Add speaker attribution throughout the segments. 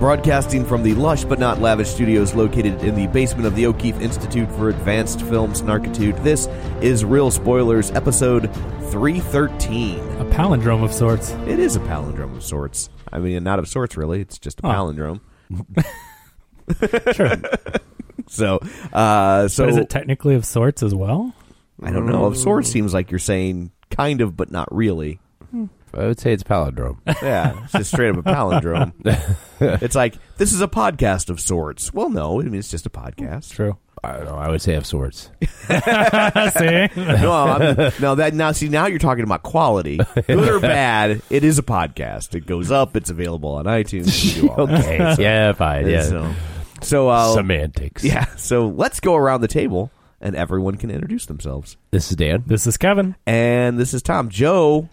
Speaker 1: Broadcasting from the lush but not lavish studios located in the basement of the O'Keefe Institute for Advanced Film Snarkitude, this is Real Spoilers, episode 313.
Speaker 2: A palindrome of sorts.
Speaker 1: It is a palindrome of sorts. I mean, not of sorts, really. It's just a
Speaker 2: Huh.
Speaker 1: palindrome. so, uh, so
Speaker 2: But is it Oh. technically of sorts as well?
Speaker 1: I don't know. Of sorts seems like you're saying kind of, but not really.
Speaker 3: I would say it's palindrome.
Speaker 1: Yeah, it's just straight up a palindrome. it's like this is a podcast of sorts. Well, no, I mean it's just a podcast.
Speaker 2: True.
Speaker 3: I don't know. I would say of sorts.
Speaker 2: Ah, See?
Speaker 1: no, I'm, no, that now see now you're talking about quality, good or bad. It is a podcast. It goes up. It's available on iTunes. You do all that.
Speaker 3: Okay. yeah, fine.
Speaker 1: And
Speaker 3: Yeah.
Speaker 1: So, so uh,
Speaker 3: Semantics.
Speaker 1: yeah. So let's go around the table, and everyone can introduce themselves.
Speaker 3: This is Dan.
Speaker 2: This is Kevin,
Speaker 1: And this is Tom. Joe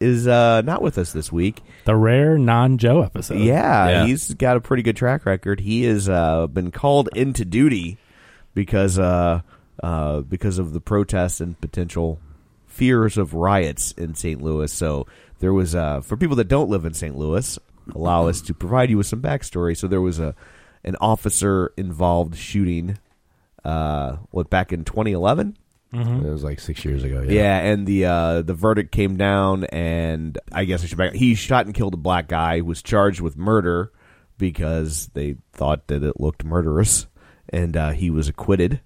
Speaker 1: is uh, not with us this week.
Speaker 2: the rare non Joe episode.
Speaker 1: yeah,
Speaker 3: Yeah.
Speaker 1: he's got a pretty good track record. He has uh, been called into duty because uh, uh, because of the protests and potential fears of riots in St. Louis. So there was uh, for people that don't live in St. Louis, allow us to provide you with some backstory. So there was a an officer involved shooting. Uh, what back in 2011?
Speaker 3: It was like six years ago. Yeah.
Speaker 1: Yeah, and the uh, the verdict came down, and I guess I should back. He shot and killed a black guy. Was charged with murder because they thought that it looked murderous, and uh, he was acquitted.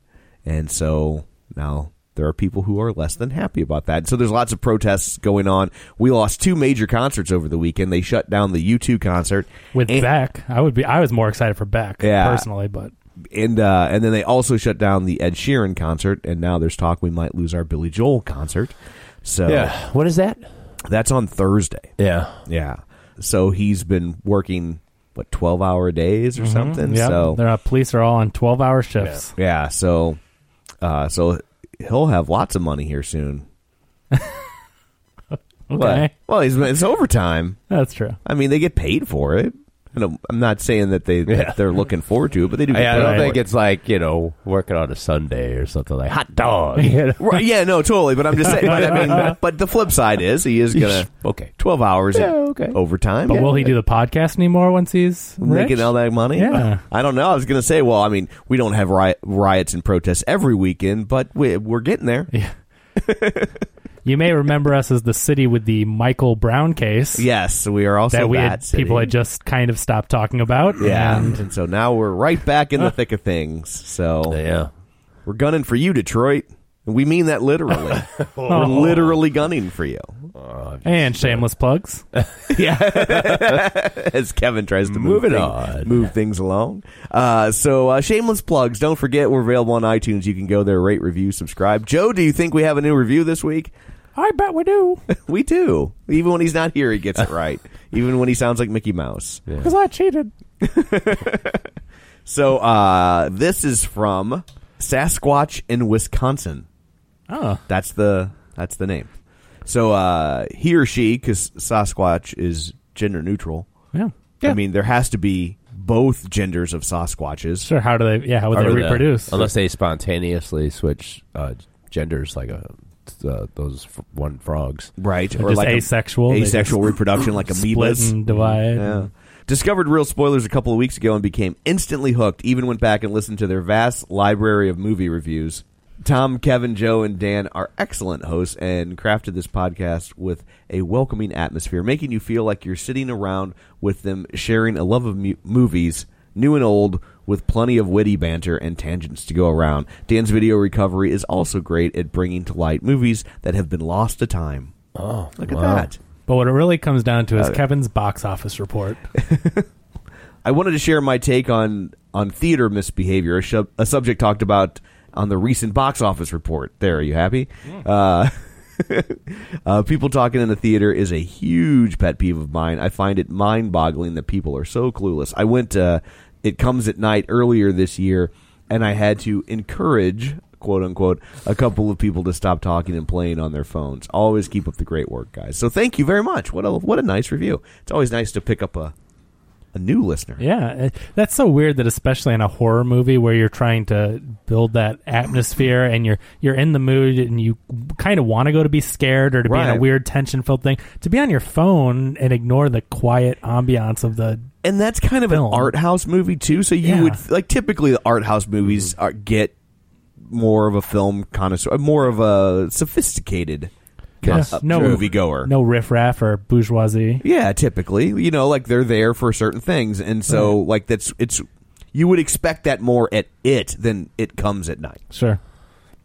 Speaker 1: And so now there are people who are less than happy about that. So there's lots of protests going on. We lost two major concerts over the weekend. They shut down the U2 concert
Speaker 2: With
Speaker 1: and,
Speaker 2: Beck, I would be. I was more excited for Beck
Speaker 1: Yeah.
Speaker 2: personally, but
Speaker 1: and uh, and then they also shut down the Ed Sheeran concert. And now there's talk we might lose our Billy Joel concert. So
Speaker 3: Yeah. What is that?
Speaker 1: that's on Thursday.
Speaker 3: Yeah.
Speaker 1: Yeah. So he's been working what twelve hour days or something.
Speaker 2: Mm-hmm. yeah,
Speaker 1: so
Speaker 2: they're not, police are all on twelve hour shifts.
Speaker 1: yeah. So uh, so he'll have lots of money here soon.
Speaker 2: Okay,
Speaker 1: But, well, he's, it's overtime.
Speaker 2: that's true.
Speaker 1: I mean, they get paid for it. I don't, I'm not saying that they
Speaker 3: Yeah.
Speaker 1: that they're looking forward to it, but they do. Get
Speaker 3: I
Speaker 1: paid
Speaker 3: don't
Speaker 1: for
Speaker 3: think
Speaker 1: it.
Speaker 3: it's like, you know, working on a Sunday or something like hot dog. You know?
Speaker 1: Right, yeah, no, totally. But I'm just saying. But I mean, but the flip side is he is gonna
Speaker 3: Okay.
Speaker 1: twelve hours
Speaker 3: Yeah, okay.
Speaker 1: overtime.
Speaker 2: But
Speaker 1: Yeah.
Speaker 2: will he do the podcast anymore once he's rich?
Speaker 1: making all that money?
Speaker 2: Yeah.
Speaker 1: I don't know. I was going to say, well, I mean, we don't have riot, riots and protests every weekend, but we, we're getting there.
Speaker 2: You may remember us as the city with the Michael Brown case.
Speaker 1: Yes, we are also
Speaker 2: That we had
Speaker 1: city.
Speaker 2: people had just kind of stopped talking about.
Speaker 1: yeah,
Speaker 2: and
Speaker 1: and, so now we're right back in the thick of things. So
Speaker 3: Yeah.
Speaker 1: we're gunning for you, Detroit. And We mean that literally.
Speaker 3: Oh.
Speaker 1: We're literally gunning for you
Speaker 2: and shameless plugs.
Speaker 1: as Kevin tries to move
Speaker 3: Moving
Speaker 1: thing-
Speaker 3: on.
Speaker 1: move things along. Uh, so uh, shameless plugs. Don't forget we're available on iTunes. You can go there, rate, review, subscribe. Joe, do you think we have a new review this week?
Speaker 2: I bet we do,
Speaker 1: We do. Even when he's not here, he gets it right. Even when he sounds like Mickey Mouse.
Speaker 2: because I cheated.
Speaker 1: So uh, this is from Sasquatch in Wisconsin.
Speaker 2: Oh.
Speaker 1: That's the that's the name. So uh, he or she, because Sasquatch is gender neutral.
Speaker 2: Yeah.
Speaker 1: I mean, there has to be both genders of Sasquatches.
Speaker 2: Sure. How do they? Yeah. How would
Speaker 3: Or
Speaker 2: they
Speaker 3: the-
Speaker 2: reproduce?
Speaker 3: unless they spontaneously switch uh, genders, like a, uh, those f- one frogs.
Speaker 1: Right.
Speaker 2: They're just
Speaker 1: a-
Speaker 2: asexual. They
Speaker 1: asexual reproduction like
Speaker 2: split
Speaker 1: amoebas.
Speaker 2: and divide.
Speaker 1: Yeah. Discovered real spoilers a couple of weeks ago and became instantly hooked, even went back and listened to their vast library of movie reviews. Tom, Kevin, Joe, and Dan are excellent hosts and crafted this podcast with a welcoming atmosphere, making you feel like you're sitting around with them sharing a love of mu- movies, new and old, with plenty of witty banter and tangents to go around. Dan's video recovery is also great at bringing to light movies that have been lost to time. Oh, look at that.
Speaker 2: But what it really comes down to is Kevin's box office report.
Speaker 1: I wanted to share my take on on theater misbehavior, a, shub a subject talked about on the recent box office report. There, are you happy? Uh, uh, people talking in the theater is a huge pet peeve of mine. I find it mind boggling that people are so clueless. I went uh, It Comes at Night earlier this year, and I had to encourage, quote unquote, a couple of people to stop talking and playing on their phones. Always keep up the great work, guys. So thank you very much. What a, what a nice review. It's always nice to pick up a, a new listener.
Speaker 2: yeah, eh, that's so weird that especially in a horror movie where you're trying to build that atmosphere and you're you're in the mood and you kind of want to go to be scared or to be in
Speaker 1: Right.
Speaker 2: a weird tension-filled thing, to be on your phone and ignore the quiet ambiance of the
Speaker 1: and that's kind of
Speaker 2: film.
Speaker 1: an art house movie too. So you
Speaker 2: Yeah.
Speaker 1: would like typically the art house
Speaker 3: Mm-hmm.
Speaker 1: movies are, get more of a film connoisseur, uh, more of a sophisticated
Speaker 2: Yeah. No-
Speaker 1: movie goer.
Speaker 2: no riffraff or bourgeoisie.
Speaker 1: Yeah, typically, you know, like they're there for certain things, and so like that's it's you would expect that more at it than it comes at night.
Speaker 2: Sure.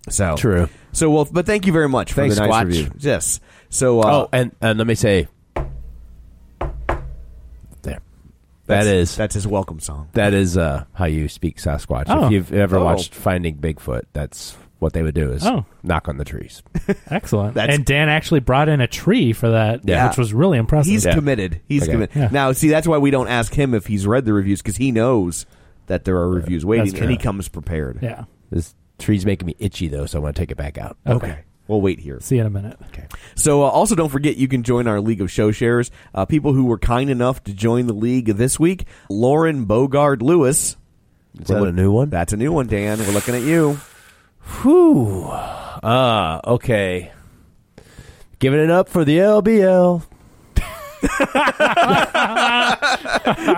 Speaker 1: So
Speaker 3: True.
Speaker 1: So well, but thank you very much for
Speaker 3: Thanks,
Speaker 1: the nice
Speaker 3: Squatch.
Speaker 1: review. Yes. So uh,
Speaker 3: Oh, and and let me say, there, that
Speaker 1: that's-
Speaker 3: is
Speaker 1: that's his welcome song.
Speaker 3: that is uh, how you speak Sasquatch.
Speaker 2: Oh.
Speaker 3: If you've ever
Speaker 1: Oh.
Speaker 3: watched Finding Bigfoot, that's what they would do is
Speaker 2: Oh.
Speaker 3: knock on the trees.
Speaker 2: Excellent.
Speaker 1: That's-
Speaker 2: and Dan actually brought in a tree for that,
Speaker 3: Yeah.
Speaker 2: which was really impressive.
Speaker 1: He's
Speaker 3: Yeah.
Speaker 1: committed. He's
Speaker 3: Okay.
Speaker 1: committed.
Speaker 2: Yeah.
Speaker 1: Now, see, that's why we don't ask him if he's read the reviews because he knows that there are
Speaker 3: Uh,
Speaker 1: reviews waiting,
Speaker 2: true.
Speaker 1: and he comes prepared.
Speaker 2: yeah.
Speaker 3: This tree's making me itchy though, so I'm gonna take it back out.
Speaker 2: okay.
Speaker 1: We'll wait here.
Speaker 2: See you in a minute.
Speaker 1: So, uh, also don't forget you can join our League of Show Sharers. Uh, people who were kind enough to join the league this week: Lauren Bogard Lewis.
Speaker 3: Is that a new one?
Speaker 1: That's a new one, Dan. We're looking at you.
Speaker 3: Whew. Ah, okay. Giving it up for the LBL.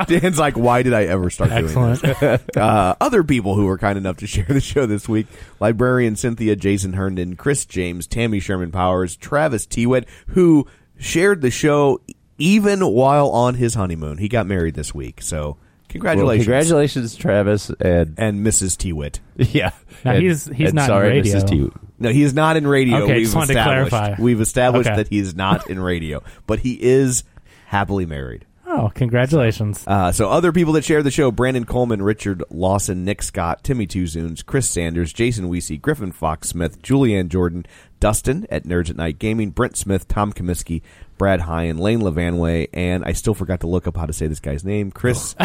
Speaker 1: Dan's like, why did I ever start doing this?
Speaker 2: Excellent.
Speaker 1: uh, other people who were kind enough to share the show this week librarian Cynthia, Jason Herndon, Chris James, Tammy Sherman Powers, Travis Tewitt, who shared the show even while on his honeymoon. He got married this week, so congratulations.
Speaker 3: Well, congratulations, Travis, and
Speaker 1: And Mrs. Tewitt.
Speaker 3: yeah,
Speaker 2: Now,
Speaker 3: and,
Speaker 2: he's- he's
Speaker 3: and
Speaker 2: not in
Speaker 3: sorry,
Speaker 2: radio.
Speaker 3: Mrs. Tew.
Speaker 1: No, he is not in radio.
Speaker 2: Okay,
Speaker 1: We've
Speaker 2: just wanted to
Speaker 1: established,
Speaker 2: clarify.
Speaker 1: We've established
Speaker 2: Okay.
Speaker 1: that he is not in radio, but he is happily married.
Speaker 2: oh, congratulations.
Speaker 1: Uh, so other people that share the show: Brandon Coleman, Richard Lawson, Nick Scott, Timmy Tuzoons, Chris Sanders, Jason Weesey, Griffin Fox Smith, Julianne Jordan, Dustin at Nerds at Night Gaming, Brent Smith, Tom Comiskey, Brad Hyan, Lane Levanway, and I still forgot to look up how to say this guy's name. Chris.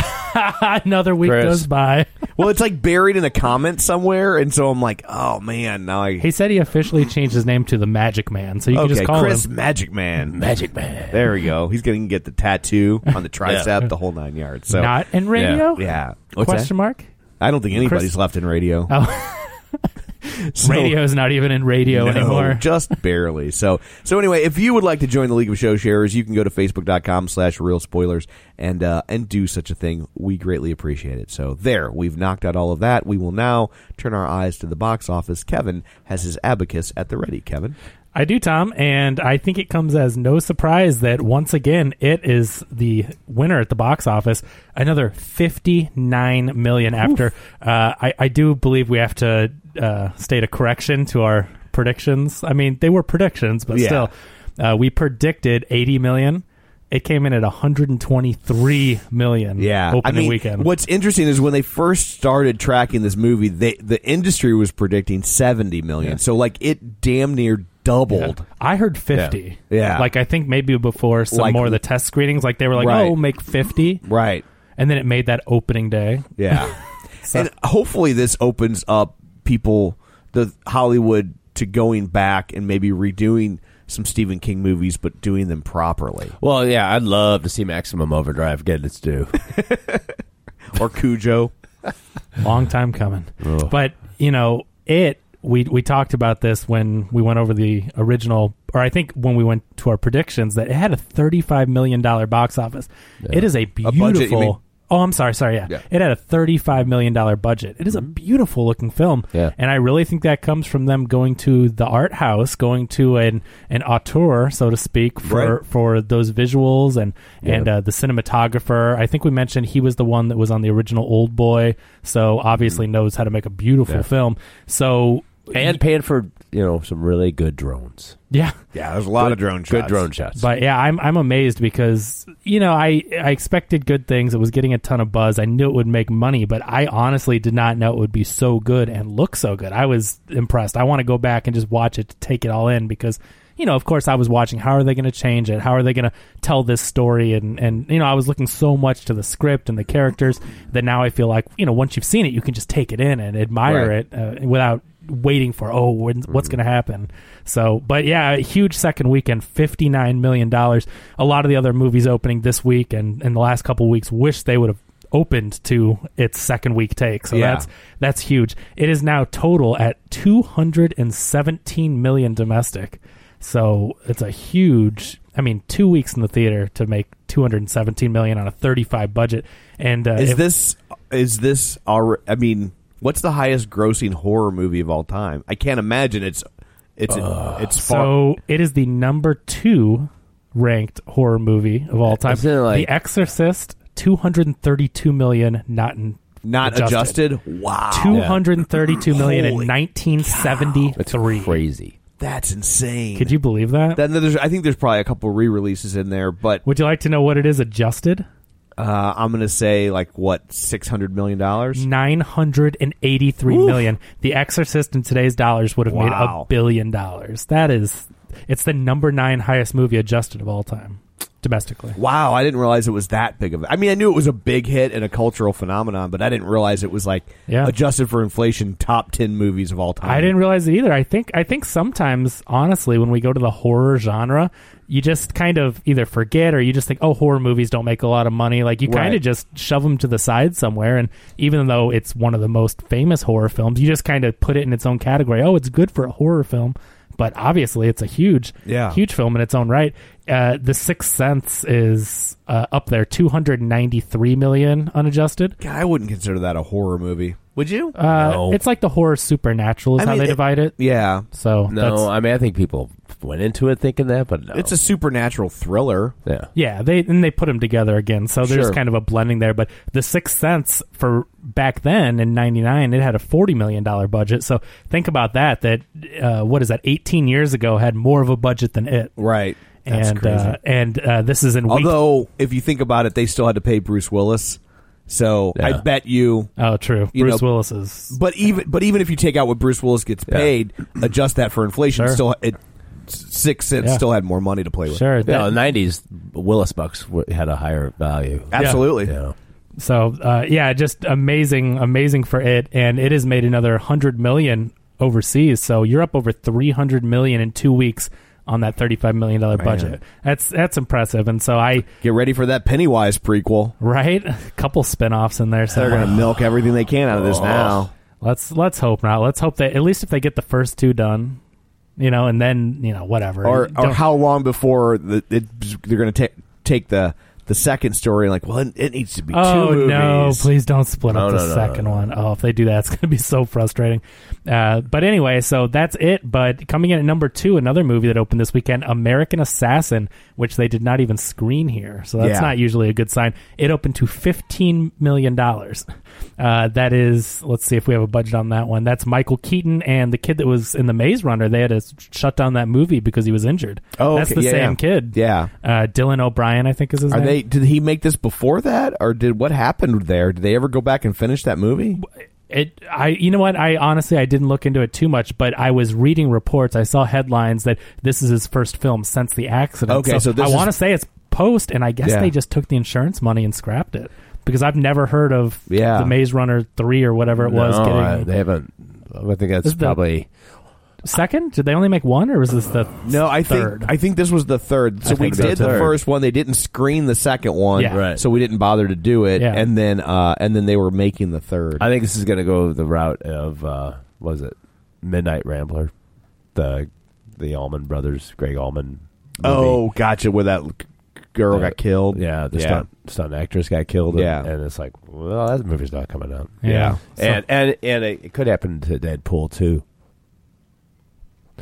Speaker 2: Another week
Speaker 3: Chris.
Speaker 2: goes by.
Speaker 1: well, it's like buried in a comment somewhere, and so I'm like, oh man, now I.
Speaker 2: He said he officially changed his name to the Magic Man, so you can
Speaker 1: okay,
Speaker 2: just call
Speaker 1: Chris
Speaker 2: him.
Speaker 1: Magic Man.
Speaker 3: Magic Man.
Speaker 1: There we go. He's going to get the tattoo on the tricep, the whole nine yards. So
Speaker 2: Not in radio?
Speaker 1: yeah. What's that?
Speaker 2: Question mark?
Speaker 1: I don't think anybody's
Speaker 2: Chris-
Speaker 1: left in radio.
Speaker 2: Oh.
Speaker 1: So-
Speaker 2: radio is not even in radio
Speaker 1: No,
Speaker 2: anymore.
Speaker 1: just barely. So, so anyway, if you would like to join the League of Show Sharers, you can go to facebook.com slash real spoilers and, uh, and do such a thing. We greatly appreciate it. So there, we've knocked out all of that. We will now turn our eyes to the box office. Kevin has his abacus at the ready. Kevin.
Speaker 2: I do, Tom, and I think it comes as no surprise that once again it is the winner at the box office. Another fifty-nine million after. Uh, I, I do believe we have to uh, state a correction to our predictions. I mean, they were predictions, but
Speaker 1: Yeah.
Speaker 2: still, uh, we predicted eighty million. It came in at one hundred and twenty-three million. opening
Speaker 1: I mean,
Speaker 2: weekend.
Speaker 1: What's interesting is when they first started tracking this movie, they, the industry was predicting 70 million. So, like, it damn near doubled.
Speaker 2: I heard 50.
Speaker 1: Yeah. Yeah.
Speaker 2: Like I think maybe before some
Speaker 1: Like-
Speaker 2: more of the test screenings, like they were like,
Speaker 1: Right.
Speaker 2: oh, we'll make 50.
Speaker 1: Right.
Speaker 2: And then it made that opening day.
Speaker 1: Yeah. and hopefully this opens up people the Hollywood to going back and maybe redoing some Stephen King movies but doing them properly.
Speaker 3: Well, yeah, I'd love to see Maximum Overdrive get its due.
Speaker 1: Or Cujo.
Speaker 2: Long time coming. But, you know, it, we, we talked about this when we went over the original, or I think when we went to our predictions, that it had a $35 million box office. It is a
Speaker 1: budget,
Speaker 2: beautiful.
Speaker 1: you mean?
Speaker 2: Oh, I'm sorry. Sorry. Yeah.
Speaker 3: Yeah. Mm-hmm.
Speaker 2: It had a $35 million budget. It is a beautiful looking film.
Speaker 3: Yeah.
Speaker 2: And I really think that comes from them going to the art house, going to an, an auteur, so to speak, for,
Speaker 1: Right.
Speaker 2: for those visuals and, and uh, the cinematographer. I think we mentioned he was the one that was on the original Old Boy, so obviously knows how to make a beautiful film. So,
Speaker 3: Mm. and paying for, you know, some really good drones.
Speaker 2: yeah.
Speaker 1: Yeah, there's a lot of drone
Speaker 3: Good drone shots.
Speaker 2: But yeah, I'm I'm amazed because you know I I expected good things. It was getting a ton of buzz. I knew it would make money, but I honestly did not know it would be so good and look so good. I was impressed. I want to go back and just watch it to take it all in because you know, of course, I was watching. How are they going to change it? How are they going to tell this story? And and you know, I was looking so much to the script and the characters that now I feel like you know, once you've seen it, you can just take it in and admire
Speaker 1: Right.
Speaker 2: it uh, without waiting for oh when, what's
Speaker 1: Mm-hmm.
Speaker 2: going to happen so but yeah a huge second weekend 59 million dollars a lot of the other movies opening this week and in the last couple weeks wish they would have opened to its second week take so
Speaker 1: Yeah.
Speaker 2: that's that's huge it is now total at 217 million domestic so it's a huge i mean two weeks in the theater to make 217 million on a 35 budget and uh,
Speaker 1: Is
Speaker 2: if-
Speaker 1: this is this alre I mean, what's the highest grossing horror movie of all time? I can't imagine it's it's it's far
Speaker 2: So it is the number two ranked horror movie of all time.
Speaker 3: Isn't it like-
Speaker 2: the Exorcist, two hundred and thirty-two million, not in
Speaker 1: not adjusted. Wow.
Speaker 2: two hundred and thirty-two million
Speaker 1: Holy
Speaker 2: in nineteen
Speaker 3: That's
Speaker 2: seventy-three.
Speaker 3: crazy.
Speaker 1: That's insane.
Speaker 2: Could you believe that?
Speaker 1: then there's I think there's probably a couple re-releases in there, but
Speaker 2: Would you like to know what it is adjusted?
Speaker 1: uh, I'm going to say like what 600 million dollars?
Speaker 2: Nine hundred and eighty-three million. The Exorcist in today's dollars would have made a
Speaker 1: Wow.
Speaker 2: billion dollars. That is, it's the number nine highest movie adjusted of all time domestically.
Speaker 1: Wow, I didn't realize it was that big of a I mean, I knew it was a big hit and a cultural phenomenon, but I didn't realize it was like
Speaker 2: Yeah.
Speaker 1: adjusted for inflation top 10 movies of all time.
Speaker 2: I didn't realize it either. I think I think sometimes, honestly, when we go to the horror genre, you just kind of either forget or you just think, oh, horror movies don't make a lot of money. Like you kind
Speaker 1: Right.
Speaker 2: of just shove them to the side somewhere. And even though it's one of the most famous horror films, you just kind of put it in its own category. Oh, it's good for a horror film, but obviously it's a huge,
Speaker 1: Yeah.
Speaker 2: huge film in its own right. Uh, the Sixth Sense is uh, up there, two hundred ninety three million unadjusted.
Speaker 1: God, I wouldn't consider that a horror movie. Would you?
Speaker 2: Uh,
Speaker 3: No.
Speaker 2: It's like the horror supernatural is
Speaker 1: I
Speaker 2: how
Speaker 1: mean,
Speaker 2: they
Speaker 1: it-
Speaker 2: divide it.
Speaker 1: yeah.
Speaker 2: So that's,
Speaker 3: No, I mean, I think people went into it thinking that, but no.
Speaker 1: It's a supernatural thriller.
Speaker 3: yeah.
Speaker 2: Yeah, they and they put them together again. So there's
Speaker 1: Sure.
Speaker 2: kind of a blending there. But The Sixth Sense for back then in '99, it had a forty million dollar budget. So think about that. That uh, what is that? Eighteen years ago, had more of a budget than it.
Speaker 1: Right. That's
Speaker 2: and
Speaker 1: crazy.
Speaker 2: Uh, and uh, this is in week.
Speaker 1: Although if you think about it, they still had to pay Bruce Willis. So I
Speaker 3: Yeah.
Speaker 1: bet you
Speaker 2: Oh, true.
Speaker 1: you
Speaker 2: Bruce
Speaker 1: know,
Speaker 2: Willis is.
Speaker 1: But even but even if you take out what Bruce Willis gets
Speaker 3: Yeah.
Speaker 1: paid, adjust that for inflation,
Speaker 2: Sure.
Speaker 1: still it six cents
Speaker 2: Yeah.
Speaker 1: still had more money to play with.
Speaker 2: Sure.
Speaker 3: Yeah,
Speaker 2: that-
Speaker 3: in the 90s, Willis Bucks w- had a higher value.
Speaker 1: Absolutely.
Speaker 3: Yeah.
Speaker 2: So uh, yeah, just amazing, amazing for it, and it has made another hundred million overseas. So you're up over three hundred million in two weeks on that thirty-five million dollar budget. That's that's impressive. And so I
Speaker 1: Get ready for that Pennywise prequel.
Speaker 2: right, a couple spin-offs in there. So
Speaker 1: They're going to milk everything they can out of
Speaker 2: Oh.
Speaker 1: this now.
Speaker 2: let's let's hope not. Let's hope that at least if they get the first two done, you know, and then you know whatever.
Speaker 1: Or or
Speaker 2: Don't-
Speaker 1: how long before the, it, they're going to take take the the second story? Like, well, it, it needs to be two
Speaker 2: Oh
Speaker 1: movies.
Speaker 2: no! Please don't split up
Speaker 3: No,
Speaker 2: the
Speaker 3: no, no,
Speaker 2: second one. Oh, if they do that, it's going to be so frustrating. Uh, but anyway, so that's it. But coming in at number two, another movie that opened this weekend, American Assassin, which they did not even screen here, so that's
Speaker 1: Yeah.
Speaker 2: not usually a good sign. It opened to fifteen million dollars. Uh, that is, let's see if we have a budget on that one. That's Michael Keaton and the kid that was in the Maze Runner. They had to shut down that movie because he was injured.
Speaker 1: Oh,
Speaker 2: that's
Speaker 1: okay.
Speaker 2: the
Speaker 1: Yeah,
Speaker 2: same
Speaker 1: yeah.
Speaker 2: kid.
Speaker 1: Yeah.
Speaker 2: uh, Dylan O'Brien, I think is his
Speaker 1: Are
Speaker 2: name.
Speaker 1: they? Did he make this before that, or did what happened there? Did they ever go back and finish that movie?
Speaker 2: it i you know what i honestly i didn't look into it too much but i was reading reports i saw headlines that this is his first film since the accident
Speaker 1: Okay, so this
Speaker 2: i
Speaker 1: is-
Speaker 2: want to say it's post and i guess
Speaker 1: Yeah.
Speaker 2: they just took the insurance money and scrapped it because i've never heard of
Speaker 1: Yeah.
Speaker 2: the maze runner 3 or whatever it was
Speaker 3: No,
Speaker 2: getting
Speaker 3: I- they haven't. I think that's
Speaker 2: This is the-
Speaker 3: probably
Speaker 2: second did they only make one or was this the
Speaker 1: No, I
Speaker 2: third
Speaker 1: think I think this was the third. So we
Speaker 2: think so,
Speaker 1: did the
Speaker 3: too.
Speaker 1: first one. They didn't screen the second one,
Speaker 2: Yeah. Right.
Speaker 1: so we didn't bother to do it.
Speaker 2: Yeah.
Speaker 1: And then uh, and then they were making the third.
Speaker 3: I think this is going to go the route of uh, what is it Midnight Rambler, the the Allman Brothers, Greg Allman. movie.
Speaker 1: oh, gotcha. Where that g- girl
Speaker 3: The-
Speaker 1: got killed.
Speaker 3: Yeah, the stunt stunt actress got killed. and-
Speaker 1: Yeah.
Speaker 3: and it's like, well, that movie's not coming out.
Speaker 2: Yeah.
Speaker 3: and and and it, it could happen to Deadpool too.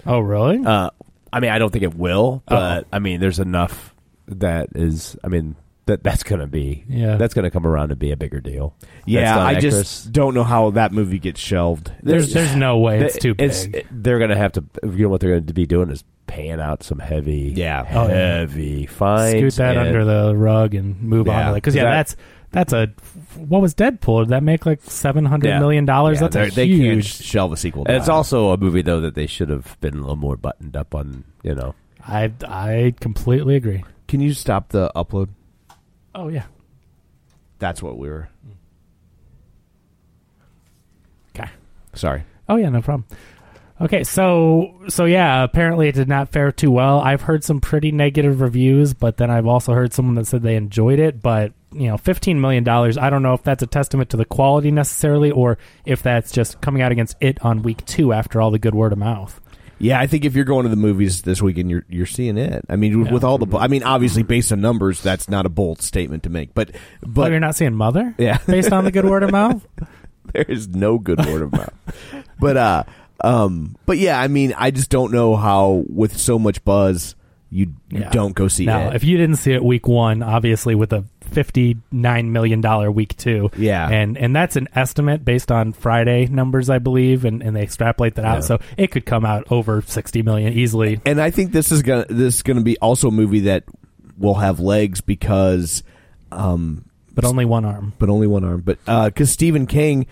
Speaker 2: oh really
Speaker 3: Uh, I mean, I don't think it will, but I mean, there's enough that is. I mean, that that's going to be.
Speaker 2: Yeah.
Speaker 3: that's going to come around and be a bigger deal. That
Speaker 1: Yeah,
Speaker 3: stunt
Speaker 1: I
Speaker 3: actress-
Speaker 1: just don't know how that movie gets shelved.
Speaker 2: there's there's no way it's
Speaker 3: Th-
Speaker 2: too big
Speaker 3: it- they're going to have to. You know what they're going to be doing is paying out some heavy,
Speaker 1: Yeah.
Speaker 2: Oh, yeah.
Speaker 3: heavy fines.
Speaker 2: scoot that
Speaker 3: and-
Speaker 2: under the rug and move on
Speaker 1: Yeah.
Speaker 2: to that. Because yeah,
Speaker 3: That-
Speaker 2: that's that's a what was Deadpool? Did that make like seven hundred
Speaker 3: Yeah.
Speaker 2: million dollars?
Speaker 3: Yeah,
Speaker 2: that's a
Speaker 3: they're- they
Speaker 1: You can't
Speaker 2: huge.
Speaker 1: shelve a sequel. to
Speaker 3: And it's
Speaker 1: that.
Speaker 3: also a movie though that they should have been a little more buttoned up on. You know,
Speaker 2: I I completely agree.
Speaker 1: Can you stop the upload?
Speaker 2: Oh yeah.
Speaker 1: That's what we were.
Speaker 2: Okay.
Speaker 1: Sorry.
Speaker 2: Oh yeah, no problem. Okay, so so yeah, apparently it did not fare too well. I've heard some pretty negative reviews, but then I've also heard someone that said they enjoyed it. But you know, fifteen million dollars. I don't know if that's a testament to the quality necessarily, or if that's just coming out against it on week two after all the good word of mouth.
Speaker 1: Yeah, I think if you're going to the movies this weekend, you're you're seeing it. I mean, with all the, I mean, obviously based on numbers, that's not a bold statement to make. But
Speaker 2: But
Speaker 1: but
Speaker 2: Oh, you're not seeing Mother,
Speaker 1: Yeah.
Speaker 2: based on the good word of mouth.
Speaker 1: there is no good word of mouth. But uh, um, but yeah, I mean, I just don't know how with so much buzz you, you
Speaker 2: Yeah.
Speaker 1: don't go see
Speaker 2: Now,
Speaker 1: it.
Speaker 2: if you didn't see it week one, obviously with a fifty-nine million dollar week two,
Speaker 1: Yeah.
Speaker 2: and and that's an estimate based on Friday numbers, I believe, and, and they extrapolate that out, so it could come out over sixty million easily.
Speaker 1: and I think this is gonna this is gonna be also a movie that will have legs because um,
Speaker 2: But only one arm.
Speaker 1: but only one arm. But because Stephen King,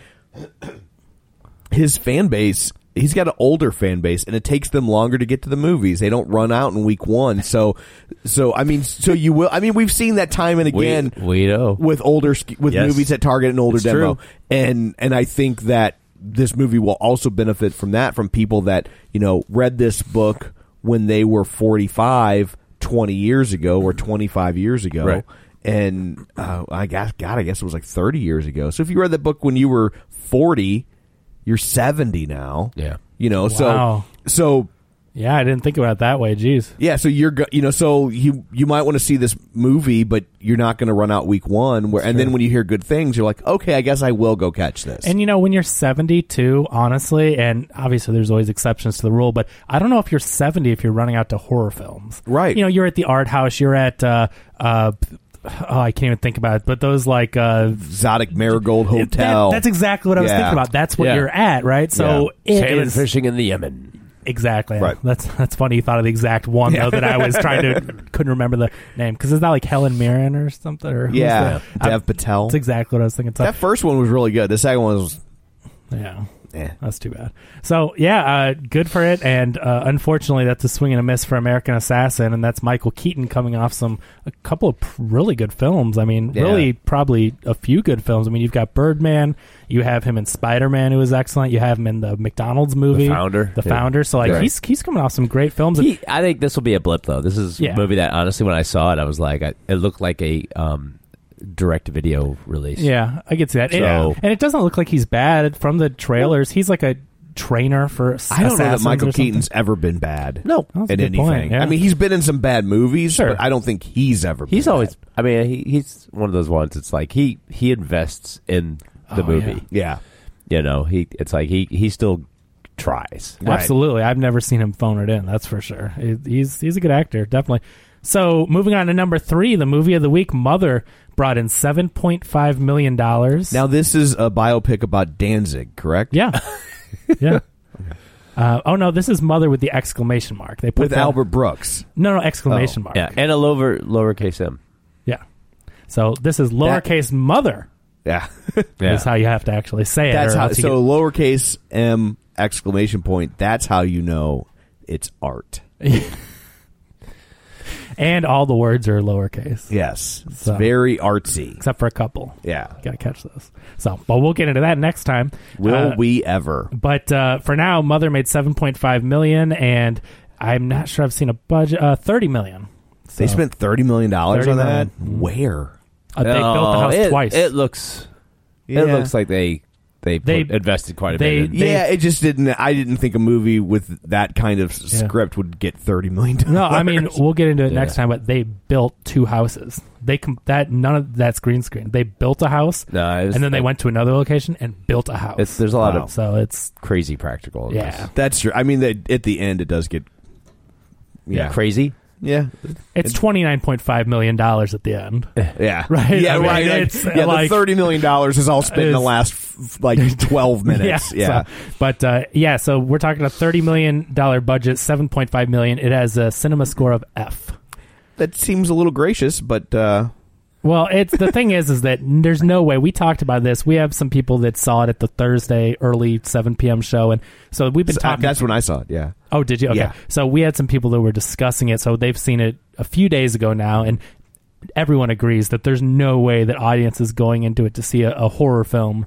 Speaker 1: his fan base, he's got an older fan base, and it takes them longer to get to the movies. They don't run out in week one. So, so I mean, so you will. I mean, we've seen that time and again
Speaker 3: we know.
Speaker 1: with older sk- with
Speaker 3: Yes.
Speaker 1: movies that target an older
Speaker 3: It's
Speaker 1: demo,
Speaker 3: true.
Speaker 1: and and I think that this movie will also benefit from that from people that you know read this book when they were 45 20 years ago or 25 years ago
Speaker 3: Right.
Speaker 1: and uh, i guess god i guess it was like 30 years ago so if you read that book when you were 40 you're 70 now
Speaker 3: Yeah.
Speaker 1: you know
Speaker 2: Wow.
Speaker 1: so so
Speaker 2: Yeah, I didn't think about it that way. Jeez.
Speaker 1: yeah, so you're go- you know so you you might want to see this movie, but you're not going to run out week one. Where and then when you hear good things, you're like, okay, I guess I will go catch this.
Speaker 2: And you know, when you're 72, honestly, and obviously there's always exceptions to the rule, but I don't know if you're 70 if you're running out to horror films.
Speaker 1: Right.
Speaker 2: You know, you're at the art house, you're at, uh, uh, oh, I can't even think about it, but those like, uh,
Speaker 1: Exotic Marigold
Speaker 2: It- that-
Speaker 1: Hotel.
Speaker 2: that's exactly what I was
Speaker 1: Yeah.
Speaker 2: thinking about. That's what
Speaker 3: Yeah.
Speaker 2: you're at, right? So
Speaker 3: yeah.
Speaker 2: it
Speaker 3: salmon
Speaker 2: is-
Speaker 3: fishing in the Yemen.
Speaker 2: exactly.
Speaker 1: Right.
Speaker 2: That's that's funny. You thought of the exact one though that I was trying to couldn't remember the name because it's not like Helen Mirren or something. Or who's
Speaker 1: yeah,
Speaker 2: the-
Speaker 1: Dev
Speaker 2: I-
Speaker 1: Patel.
Speaker 2: That's exactly what I was thinking. So,
Speaker 1: that first one was really good. The second one was
Speaker 2: yeah.
Speaker 1: eh.
Speaker 2: That's too bad. So yeah, uh, good for it. And uh, unfortunately, that's a swing and a miss for American Assassin, and that's Michael Keaton coming off some a couple of pr- really good films. I mean,
Speaker 1: Yeah.
Speaker 2: really probably a few good films. I mean, you've got Birdman, you have him in Spider Man, who is excellent. You have him in the McDonald's movie,
Speaker 3: Founder.
Speaker 2: the
Speaker 3: Yeah.
Speaker 2: founder. So like
Speaker 3: Right.
Speaker 2: he's he's coming off some great films. And-
Speaker 3: He, I think this will be a blip though. This is
Speaker 2: Yeah.
Speaker 3: a movie that honestly, when I saw it, I was like, I, it looked like a um, direct video release.
Speaker 2: yeah, I get to that. And-
Speaker 3: So-
Speaker 2: and it doesn't look like he's bad from the trailers. He's like a trainer for
Speaker 1: I don't know that
Speaker 2: assassins or
Speaker 1: Michael
Speaker 2: something.
Speaker 1: Keaton's ever been bad.
Speaker 3: No.
Speaker 2: That's a
Speaker 1: at
Speaker 2: good
Speaker 1: anything.
Speaker 2: point, yeah.
Speaker 1: I mean, he's been in some bad movies,
Speaker 2: Sure.
Speaker 1: but I don't think he's ever.
Speaker 3: He's
Speaker 1: been
Speaker 3: always. I mean, he, he's one of those ones. It's like he he invests in the
Speaker 2: Oh,
Speaker 3: movie.
Speaker 1: bad. yeah.
Speaker 3: You know, he it's like he he still tries.
Speaker 1: Right.
Speaker 2: Absolutely. I've never seen him phone it in, that's for sure. He- He's he's a good actor, definitely. So moving on to number three, the movie of the week, Mother, brought in seven point five million dollars.
Speaker 1: Now this is a biopic about Danzig, correct?
Speaker 2: Yeah. yeah. Uh, oh no, this is Mother with the exclamation mark. They put
Speaker 1: with
Speaker 2: that-
Speaker 1: Albert Oh, Brooks.
Speaker 2: No, no, exclamation mark.
Speaker 3: Yeah, and a lower lowercase m.
Speaker 2: Yeah. So this is lowercase mother.
Speaker 1: Yeah.
Speaker 3: Yeah.
Speaker 2: Is how you have to actually say it.
Speaker 1: That's
Speaker 2: or
Speaker 1: how.
Speaker 2: else you
Speaker 1: So lowercase m exclamation point. That's how you know it's art.
Speaker 2: get- and all the words are lowercase
Speaker 1: Yes, it's
Speaker 2: So-
Speaker 1: very artsy.
Speaker 2: except for a couple.
Speaker 1: Yeah.
Speaker 2: Gotta catch those. So, but we'll get into that next time.
Speaker 1: Will
Speaker 2: Uh,
Speaker 1: we ever?
Speaker 2: But uh, for now, Mother made seven point five million, and I'm not sure I've seen a budget uh, thirty million.
Speaker 1: They spent thirty million dollars on that.
Speaker 2: 30
Speaker 1: Where?
Speaker 2: Uh, they built the house
Speaker 3: Oh, it,
Speaker 2: twice.
Speaker 3: It looks.
Speaker 1: Yeah.
Speaker 3: It looks like they they,
Speaker 2: They-
Speaker 3: put, invested quite a
Speaker 2: they-
Speaker 3: bit. In.
Speaker 1: yeah, it just didn't. I didn't think a movie with that kind of script would get thirty million dollars.
Speaker 2: no, I mean we'll get into it
Speaker 3: Yeah.
Speaker 2: next time. But they built two houses. They com- that none of that's green screen. They built a house,
Speaker 3: No, it was-
Speaker 2: and then they went to another location and built a house.
Speaker 3: It's, there's a lot of
Speaker 2: so it's
Speaker 3: crazy practical. in
Speaker 2: yeah.
Speaker 3: this.
Speaker 1: that's true. I mean, they, at the end, it does get. Yeah,
Speaker 3: crazy.
Speaker 1: yeah,
Speaker 2: It's twenty nine point five million dollars at the end.
Speaker 1: yeah,
Speaker 2: Right,
Speaker 1: Yeah,
Speaker 2: I mean,
Speaker 1: right. Like,
Speaker 2: it's, uh,
Speaker 1: yeah,
Speaker 2: like-
Speaker 1: the thirty million dollars is all spent in the
Speaker 2: It's-
Speaker 1: last f- like twelve minutes.
Speaker 2: so-
Speaker 1: yeah,
Speaker 2: but uh, yeah, so we're talking a thirty million dollar budget, seven point five million. It has a cinema score of F.
Speaker 1: that seems a little gracious, but uh,
Speaker 2: Well, it's the thing is, is that there's no way we talked about this. We have some people that saw it at the Thursday early 7 p.m. show, and so we've been
Speaker 1: so, uh,
Speaker 2: talking.
Speaker 1: that's when I saw it. Yeah,
Speaker 2: oh, did you? Okay.
Speaker 1: Yeah.
Speaker 2: So we had some people that were discussing it. So they've seen it a few days ago now, and everyone agrees that there's no way that audiences going into it to see a, a horror film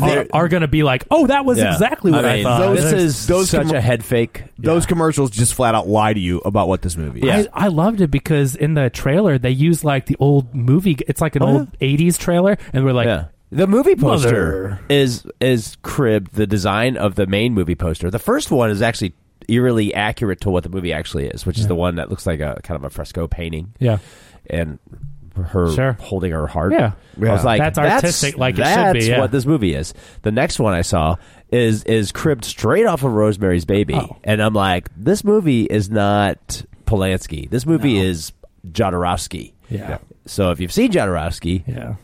Speaker 2: are,
Speaker 1: There-
Speaker 2: are going to be like, oh, that was
Speaker 3: Yeah.
Speaker 2: exactly what I,
Speaker 3: mean,
Speaker 2: thought.
Speaker 3: This
Speaker 2: There's-
Speaker 3: is
Speaker 1: those
Speaker 3: such
Speaker 1: com-
Speaker 3: a head fake.
Speaker 1: those commercials just flat out lie to you about what this movie. is.
Speaker 2: I, I loved it because in the trailer they use like the old movie. It's like an
Speaker 1: Oh,
Speaker 2: old '80s trailer, and we're like,
Speaker 3: yeah. The movie poster
Speaker 2: Mother.
Speaker 3: is is cribbed the design of the main movie poster. The first one is actually eerily accurate to what the movie actually is, which is the one that looks like a kind of a fresco painting
Speaker 2: yeah.
Speaker 3: and her
Speaker 2: Sure.
Speaker 3: holding her heart.
Speaker 2: Yeah.
Speaker 3: I was like,
Speaker 2: That's artistic like it should
Speaker 3: that's
Speaker 2: be, yeah."
Speaker 3: what this movie is. The next one I saw is is cribbed straight off of Rosemary's Baby,
Speaker 2: Oh.
Speaker 3: and I'm like, this movie is not Polanski. This movie is Jodorowsky.
Speaker 2: yeah,
Speaker 3: So if you've seen Jodorowsky,
Speaker 2: yeah.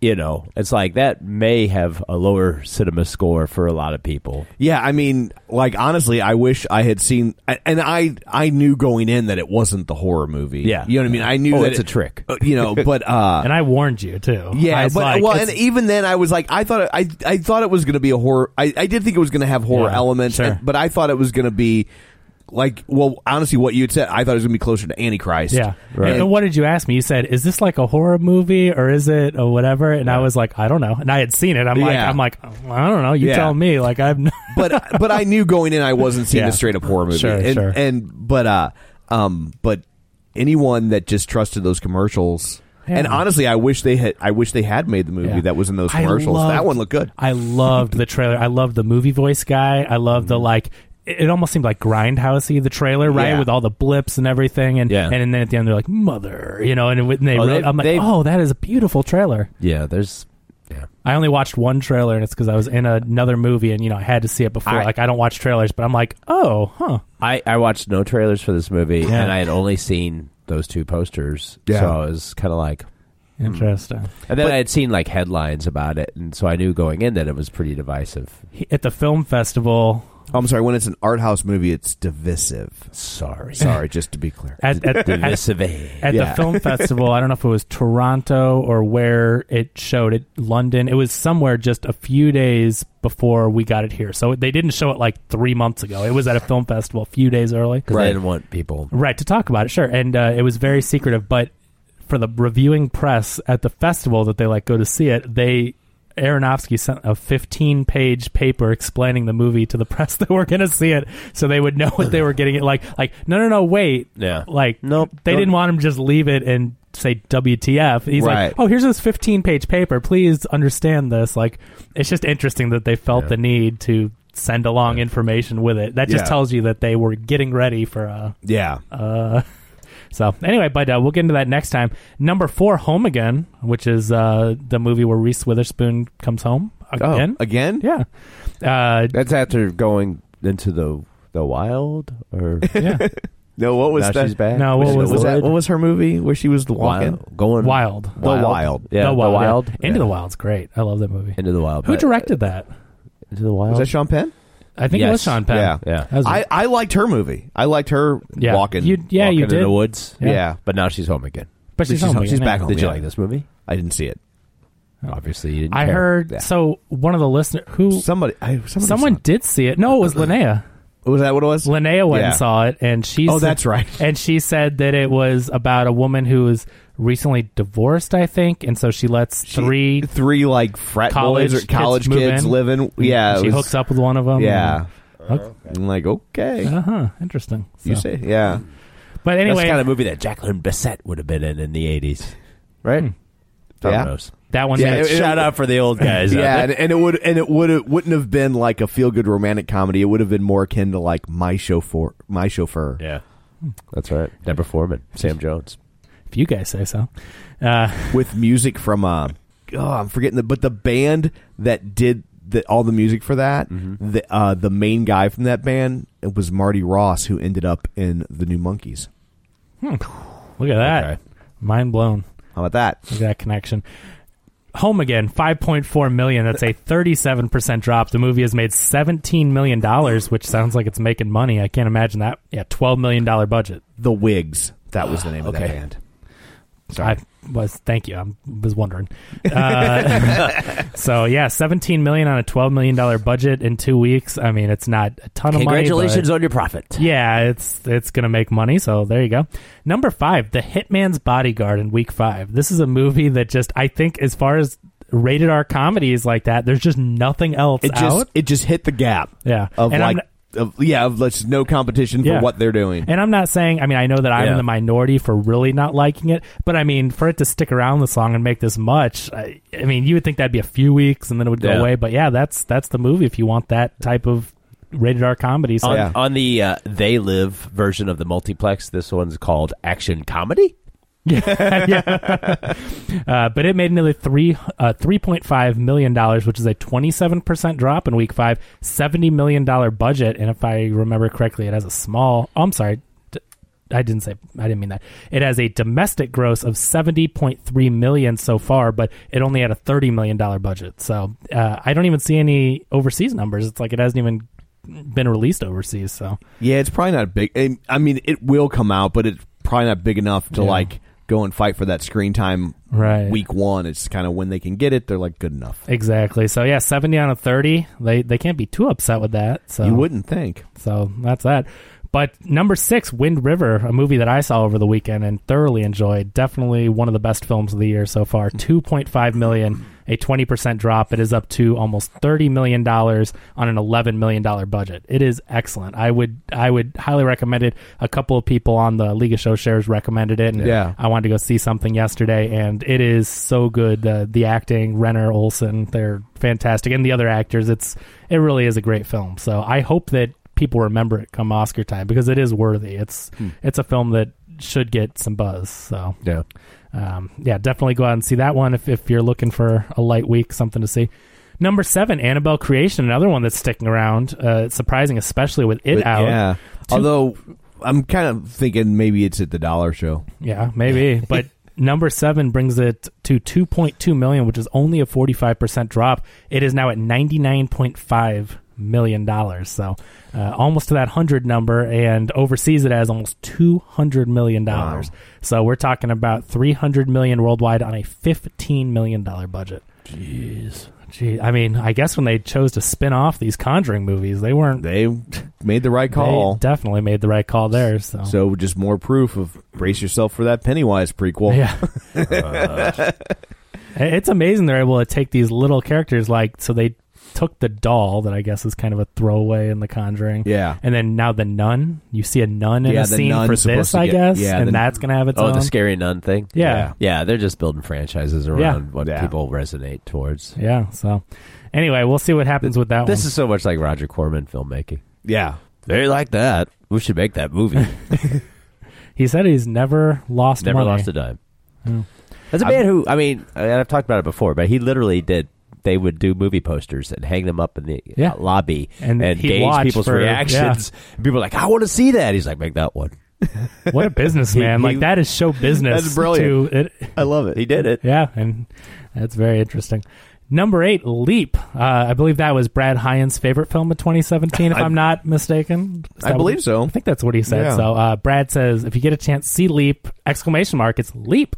Speaker 3: you know, it's like that may have a lower cinema score for a lot of people.
Speaker 1: Yeah, I mean, like honestly, I wish I had seen, I- and I I knew going in that it wasn't the horror movie.
Speaker 3: Yeah.
Speaker 1: you know what I mean. I knew
Speaker 3: Oh,
Speaker 1: that
Speaker 3: it's a
Speaker 1: it-
Speaker 3: trick.
Speaker 1: uh, you know, but uh,
Speaker 2: And I warned you too. I
Speaker 1: yeah,
Speaker 2: was
Speaker 1: but
Speaker 2: like,
Speaker 1: well,
Speaker 2: it's-
Speaker 1: and even then, I was like, I thought it- I I thought it was going to be a horror. I, I did think it was going to have horror
Speaker 2: Yeah,
Speaker 1: elements,
Speaker 2: sure.
Speaker 1: and- but I thought it was going to be like, well, honestly, what you had said, I thought it was going to be closer to Antichrist.
Speaker 2: yeah.
Speaker 1: right.
Speaker 2: And, and what did you ask me? You said, "Is this like a horror movie or is it or whatever?" And I was like, "I don't know." And I had seen it. I'm like,
Speaker 1: Yeah.
Speaker 2: I'm like, I don't know. You
Speaker 1: Yeah.
Speaker 2: tell me. Like I've n-
Speaker 1: but but I knew going in I wasn't seeing
Speaker 2: Yeah.
Speaker 1: a straight up horror movie.
Speaker 2: Sure,
Speaker 1: and,
Speaker 2: sure.
Speaker 1: and but uh um but anyone that just trusted those commercials
Speaker 2: Yeah.
Speaker 1: and honestly I wish they had I wish they had made the movie
Speaker 2: Yeah.
Speaker 1: that was in those
Speaker 2: I
Speaker 1: commercials. that
Speaker 2: loved-
Speaker 1: one looked good.
Speaker 2: I loved the trailer. I loved the movie voice guy. I loved the like. It it almost seemed like grindhousey the trailer, right,
Speaker 1: Mm-hmm. Yeah.
Speaker 2: with all the blips and everything, and
Speaker 3: Yeah.
Speaker 2: and then at the end they're like mother, you know, and, it- and they,
Speaker 3: Oh,
Speaker 2: wrote-
Speaker 3: they've-
Speaker 2: I'm like,
Speaker 3: they've-
Speaker 2: oh, that is a beautiful trailer.
Speaker 3: Yeah, there's. Yeah.
Speaker 2: I only watched one trailer, and it's because I was in another movie, and you know I had to see it before.
Speaker 3: I-
Speaker 2: like I don't watch trailers, but I'm like, oh, huh,
Speaker 3: I, I watched no trailers for this movie,
Speaker 2: Yeah.
Speaker 3: and I had only seen those two posters.
Speaker 1: Yeah.
Speaker 3: So I was kind of like.
Speaker 2: Hmm. interesting.
Speaker 3: And then
Speaker 1: But-
Speaker 3: I had seen like headlines about it, and so I knew going in that it was pretty divisive.
Speaker 2: He- at the film festival,
Speaker 1: Oh, I'm sorry, when it's an art house movie it's divisive.
Speaker 3: Sorry.
Speaker 1: Sorry, just to be clear.
Speaker 2: at at, at,
Speaker 3: divisive.
Speaker 2: at
Speaker 1: Yeah.
Speaker 2: the film festival. I don't know if it was Toronto or where it showed it, London. It was somewhere just a few days before we got it here. So they didn't show it like three months ago. It was at a film festival a few days early.
Speaker 3: Because
Speaker 1: Right.
Speaker 3: I didn't want people.
Speaker 2: Right, to talk about it, sure. And uh, it was very secretive, but for the reviewing press at the festival that they like go to see it, they Aronofsky sent a 15 page paper explaining the movie to the press that were going to see it so they would know what they were getting it like like no no no wait
Speaker 3: Yeah.
Speaker 2: like
Speaker 3: Nope,
Speaker 2: they
Speaker 3: don't-
Speaker 2: didn't want him to just leave it and say WTF he's
Speaker 1: Right.
Speaker 2: like oh here's this 15 page paper please understand this like it's just interesting that they felt the need to send along information with it that just
Speaker 1: Yeah.
Speaker 2: tells you that they were getting ready for a
Speaker 1: Yeah.
Speaker 2: uh, so anyway, but uh, we'll get into that next time. Number four, Home Again, which is uh, the movie where Reese Witherspoon comes home
Speaker 1: oh,
Speaker 2: again.
Speaker 1: again?
Speaker 2: yeah, uh,
Speaker 3: That's after going into the the wild, or
Speaker 2: yeah,
Speaker 1: No, what was
Speaker 3: now
Speaker 1: that?
Speaker 3: she's back.
Speaker 2: No, what
Speaker 3: She's in
Speaker 2: was
Speaker 3: the
Speaker 2: that?
Speaker 3: woods?
Speaker 1: What was her movie where she was the walking?
Speaker 3: Wild. Going
Speaker 2: Wild.
Speaker 3: The
Speaker 1: Wild.
Speaker 3: wild. Yeah,
Speaker 2: the Wild. yeah.
Speaker 3: wild.
Speaker 2: Into the
Speaker 3: Yeah.
Speaker 2: Wild's great. I love that movie.
Speaker 3: Into the wild.
Speaker 2: Who
Speaker 3: but-
Speaker 2: directed that?
Speaker 3: Into the wild.
Speaker 1: Was that Sean Penn?
Speaker 2: I think it was
Speaker 3: Yes.
Speaker 2: Sean Penn.
Speaker 1: Yeah.
Speaker 3: yeah.
Speaker 2: That was-
Speaker 1: I, I liked her movie. I liked her
Speaker 2: Yeah.
Speaker 1: walking.
Speaker 2: You- yeah,
Speaker 3: Walking
Speaker 2: you
Speaker 3: in
Speaker 2: did.
Speaker 3: the woods.
Speaker 1: yeah.
Speaker 3: But now she's home again.
Speaker 2: but she's,
Speaker 1: she's
Speaker 2: home
Speaker 1: home-
Speaker 2: again,
Speaker 1: she's
Speaker 2: yeah.
Speaker 1: back home.
Speaker 3: Did you
Speaker 1: yeah.
Speaker 3: like this movie?
Speaker 1: I didn't see it.
Speaker 3: Obviously, you didn't.
Speaker 2: I
Speaker 3: care.
Speaker 2: heard.
Speaker 3: Yeah.
Speaker 2: So one of the listeners who
Speaker 1: Somebody, I, somebody
Speaker 2: someone
Speaker 1: saw-
Speaker 2: did see it. No, it was Linnea.
Speaker 1: was that what it was?
Speaker 2: Linnea went
Speaker 1: Yeah.
Speaker 2: and saw it, and she.
Speaker 1: Oh,
Speaker 2: said-
Speaker 1: that's right.
Speaker 2: And she said that it was about a woman who was recently divorced, I think, and so she lets
Speaker 1: She-
Speaker 2: three
Speaker 1: three like frat
Speaker 2: college
Speaker 1: boys or college
Speaker 2: kids, move
Speaker 1: kids
Speaker 2: in.
Speaker 1: living. Yeah, it
Speaker 2: she
Speaker 1: was-
Speaker 2: hooks up with one of them.
Speaker 1: Yeah,
Speaker 2: Okay.
Speaker 1: I'm like okay,
Speaker 2: Uh huh. Interesting.
Speaker 1: you
Speaker 2: So-
Speaker 1: say yeah,
Speaker 2: But
Speaker 3: That's
Speaker 2: anyway,
Speaker 3: the kind of movie that Jacqueline Bisset would have been in in the eighties, right?
Speaker 1: Yeah.
Speaker 3: Knows.
Speaker 2: that Hmm. one.
Speaker 1: Yeah,
Speaker 2: made-
Speaker 1: it- it-
Speaker 3: Shout out for the old guys. out
Speaker 1: yeah,
Speaker 3: there.
Speaker 1: and, and it would and it would it wouldn't have been like a feel good romantic comedy. It would have been more akin to like my chauffeur, my chauffeur.
Speaker 3: yeah. That's right. Deborah Foreman, Sam Jones.
Speaker 2: if you guys say so. Uh,
Speaker 1: with music from uh, oh, I'm forgetting the but the band that did the, all the music for that
Speaker 2: Mm-hmm.
Speaker 1: the uh, the main guy from that band it was Marty Ross who ended up in the New Monkeys.
Speaker 2: hmm, look at that.
Speaker 3: Okay.
Speaker 2: Mind blown.
Speaker 1: How about that?
Speaker 2: Look at that connection. Home again, five point four million. That's a thirty-seven percent drop. The movie has made seventeen million dollars, which sounds like it's making money. I can't imagine that. Yeah, twelve million dollar budget.
Speaker 1: The Wigs. That was the name of that band. Sorry.
Speaker 2: I was thank you. I was wondering. Uh, so yeah, seventeen million on a twelve million dollar budget in two weeks. I mean, it's not a ton of money. but-
Speaker 3: Congratulations on your profit.
Speaker 2: Yeah, it's it's gonna make money, so there you go. Number five, The Hitman's Bodyguard in week five. This is a movie that just I think as far as rated R comedies like that, there's just nothing else
Speaker 1: it just
Speaker 2: out.
Speaker 1: it just hit the gap.
Speaker 2: Yeah.
Speaker 1: Of
Speaker 2: And I'm
Speaker 1: like of, yeah, of let's no competition for
Speaker 2: Yeah.
Speaker 1: what they're doing.
Speaker 2: And I'm not saying I mean I know that I'm
Speaker 3: Yeah.
Speaker 2: in the minority for really not liking it, but I mean for it to stick around this long and make this much, I, I mean you would think that'd be a few weeks and then it would go
Speaker 3: Yeah.
Speaker 2: away. But yeah, that's that's the movie if you want that type of rated R comedy. So
Speaker 3: On,
Speaker 1: Yeah.
Speaker 3: on the uh, They Live version of the multiplex, this one's called Action Comedy.
Speaker 2: Uh, but it made nearly three uh, three point five million dollars, which is a twenty seven percent drop in week five. Seventy million dollar budget, and if I remember correctly, it has a small. Oh, I'm sorry, d- I didn't say. I didn't mean that. It has a domestic gross of seventy point three million so far, but it only had a thirty million dollar budget. So uh, I don't even see any overseas numbers. It's like it hasn't even been released overseas. So
Speaker 1: Yeah, it's probably not big. I- I mean, it will come out, but it's probably not big enough to
Speaker 2: Yeah.
Speaker 1: like go and fight for that screen time.
Speaker 2: Right.
Speaker 1: Week one, it's kind of when they can get it. They're like good enough.
Speaker 2: exactly. So yeah, seventy on a thirty. They they can't be too upset with that. So
Speaker 1: You wouldn't think.
Speaker 2: So that's that. But number six, Wind River, a movie that I saw over the weekend and thoroughly enjoyed. Definitely one of the best films of the year so far. Two point five million, a twenty percent drop. It is up to almost thirty million dollars on an eleven million dollar budget. It is excellent. I would I would highly recommend it. A couple of people on the League of Show Shares recommended it, and
Speaker 1: Yeah.
Speaker 2: I wanted to go see something yesterday, and it is so good. Uh, the acting, Renner, Olsen, they're fantastic, and the other actors. It's it really is a great film. So I hope that people remember it come Oscar time because it is worthy. It's it's a film that should get some buzz. So
Speaker 3: Yeah.
Speaker 2: um, yeah, definitely go out and see that one if, if you're looking for a light week, something to see. Number seven, Annabelle Creation, another one that's sticking around. Uh, it's surprising, especially with it
Speaker 1: But,
Speaker 2: out.
Speaker 1: Yeah. Although I'm kind of thinking maybe it's at the dollar show.
Speaker 2: Yeah, maybe. but number seven brings it to 2.2 million, which is only a 45% drop. It is now at 99.5 million dollars so uh, almost to that 100 number and overseas it has almost 200 million dollars so we're talking about 300 million worldwide on a 15 million dollar budget jeez Gee, I mean, I guess when they chose to spin off these Conjuring movies, they weren't. They
Speaker 1: They made the right call.
Speaker 2: definitely made the right call there. So,
Speaker 1: So just more proof of brace yourself for that Pennywise prequel.
Speaker 2: Yeah. It- it's amazing they're able to take these little characters like so they took the doll that I guess is kind of a throwaway in the conjuring.
Speaker 1: Yeah.
Speaker 2: And then now the nun. You see a nun in
Speaker 1: Yeah,
Speaker 2: a
Speaker 1: the
Speaker 2: scene
Speaker 1: nun's
Speaker 2: for
Speaker 1: supposed
Speaker 2: this,
Speaker 1: to
Speaker 2: I
Speaker 1: get-
Speaker 2: guess.
Speaker 1: yeah,
Speaker 2: and
Speaker 1: the-
Speaker 2: that's gonna have its
Speaker 3: Oh,
Speaker 2: own
Speaker 3: the scary nun thing.
Speaker 2: Um, Yeah.
Speaker 3: Yeah, they're just building franchises around
Speaker 2: Yeah.
Speaker 3: what
Speaker 1: Yeah.
Speaker 3: people resonate towards.
Speaker 2: Yeah. So anyway, we'll see what happens with that
Speaker 3: This
Speaker 2: one.
Speaker 3: is so much like Roger Corman filmmaking.
Speaker 1: Yeah.
Speaker 3: They like that. We should make that movie.
Speaker 2: he said he's never lost
Speaker 3: Never
Speaker 2: money.
Speaker 3: lost a dime. That's a man who, I mean, and I've talked about it before, but he literally did. They would do movie posters and hang them up in the uh,
Speaker 2: Yeah.
Speaker 3: lobby
Speaker 2: And he'd
Speaker 3: gauge
Speaker 2: watch
Speaker 3: people's
Speaker 2: for-
Speaker 3: reactions. People are like, I want to see that. He's like, make that one.
Speaker 2: what a businessman.
Speaker 3: He-
Speaker 2: like
Speaker 3: he-
Speaker 2: that is show business.
Speaker 1: That's brilliant.
Speaker 2: to- it,
Speaker 1: I love it.
Speaker 3: He did it.
Speaker 2: Yeah, and that's very interesting. Number eight, Leap. Uh, I believe that was Brad Hyan's favorite film of 2017, if I, am not mistaken. Is
Speaker 1: I
Speaker 2: that
Speaker 1: believe
Speaker 2: what-
Speaker 1: so.
Speaker 2: I think that's what he said.
Speaker 1: Yeah.
Speaker 2: So uh, Brad says, if you get a chance, see Leap! Exclamation mark! It's Leap.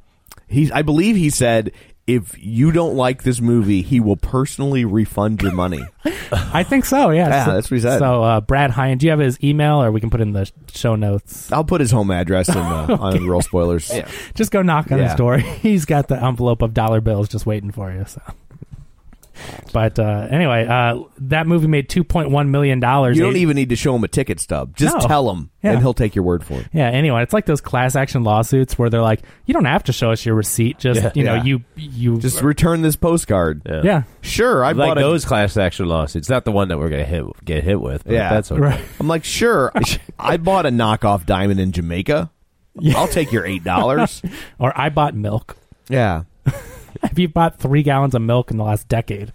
Speaker 1: He, I believe he said if you don't like this movie, he will personally refund your money.
Speaker 2: I think so. Yeah,
Speaker 1: Yeah,
Speaker 2: So-
Speaker 1: that's what he said.
Speaker 2: So uh, Brad Hyan, do you have his email, or we can put it in the sh- show notes?
Speaker 1: I'll put his home address in uh, on Real Spoilers. Yeah.
Speaker 2: Just go knock on his
Speaker 1: Yeah.
Speaker 2: door. He's got the envelope of dollar bills just waiting for you. So. But uh, anyway, uh, that movie made two point one million dollars.
Speaker 1: You don't even need to show him a ticket stub. Just
Speaker 2: No.
Speaker 1: tell him,
Speaker 2: Yeah.
Speaker 1: and he'll take your word for it.
Speaker 2: Yeah, anyway, it's like those class action lawsuits where they're like, you don't have to show us your receipt. Just
Speaker 3: Yeah.
Speaker 2: you know,
Speaker 1: Yeah.
Speaker 2: you you
Speaker 1: Just return this postcard.
Speaker 3: Yeah.
Speaker 2: yeah.
Speaker 1: Sure, I
Speaker 3: like
Speaker 1: bought a-
Speaker 3: those class action lawsuits, not the one that we're gonna hit get hit with. But
Speaker 1: Yeah.
Speaker 3: that's okay.
Speaker 2: Right.
Speaker 1: I'm like, sure, I bought a knockoff diamond in Jamaica. I'll take your eight dollars.
Speaker 2: Or I bought milk.
Speaker 1: yeah,
Speaker 2: Have you bought three gallons of milk in the last decade?